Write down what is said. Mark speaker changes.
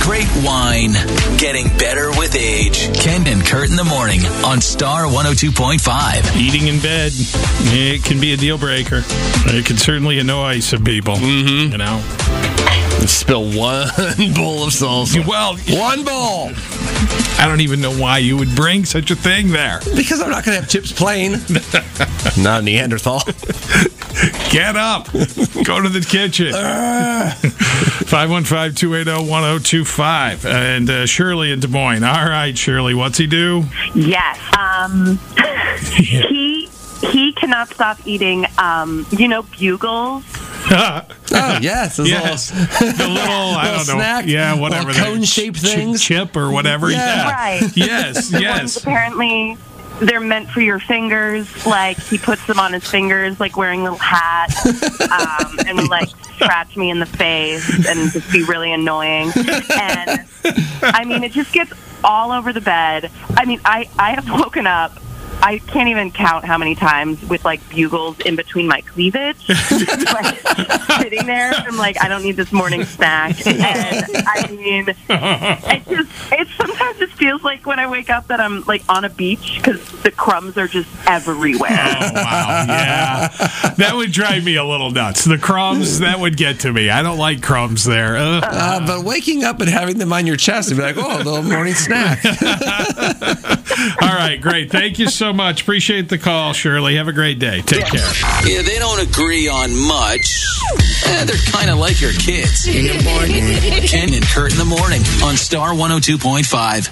Speaker 1: Great wine. Getting better with age. Ken and Kurt in the morning on Star 102.5.
Speaker 2: Eating in bed, it can be a deal breaker. It can certainly annoy some people.
Speaker 3: Mm-hmm.
Speaker 2: You know,
Speaker 3: Spill one bowl of salsa.
Speaker 2: well,
Speaker 3: One bowl.
Speaker 2: I don't even know why you would bring such a thing there.
Speaker 3: Because I'm not going to have chips plain. not a Neanderthal.
Speaker 2: Get up, go to the kitchen.
Speaker 3: Ah.
Speaker 2: 515 280 1025. And uh, Shirley in Des Moines. All right, Shirley, what's he do?
Speaker 4: Yes. Um, he he cannot stop eating. Um, you know, bugles.
Speaker 3: Oh, yes. Those
Speaker 2: Yes.
Speaker 3: little-
Speaker 2: The little, I
Speaker 3: Little
Speaker 2: don't know.
Speaker 3: snack,
Speaker 2: yeah,
Speaker 3: little
Speaker 2: whatever. that-
Speaker 3: cone-shaped
Speaker 2: chi-
Speaker 3: things.
Speaker 2: Chip or whatever.
Speaker 3: Yeah.
Speaker 4: Right.
Speaker 2: Yes,
Speaker 4: Ones
Speaker 2: yes.
Speaker 4: apparently, they're meant for your fingers. Like he puts them on his fingers, like wearing a little hat, um, and would like scratch me in the face and just be really annoying. And I mean, it just gets all over the bed. I mean, I I have woken up. I can't even count how many times with like bugles in between my cleavage, like sitting there. I'm like, I don't need this morning snack. And I mean, it just it sometimes just feels like when I wake up that I'm like on a beach because the crumbs are just everywhere.
Speaker 2: Oh, wow. Yeah. That would drive me a little nuts. The crumbs, that would get to me. I don't like crumbs there. Ugh.
Speaker 3: Uh, but waking up and having them on your chest and be like, oh, a little morning snack.
Speaker 2: All right, great. Thank you so much. Appreciate the call, Shirley. Have a great day. Take care.
Speaker 1: Yeah, they don't agree on much. Eh, they're kind of oh like your kids. Ken and Kurt in the morning on Star 102.5.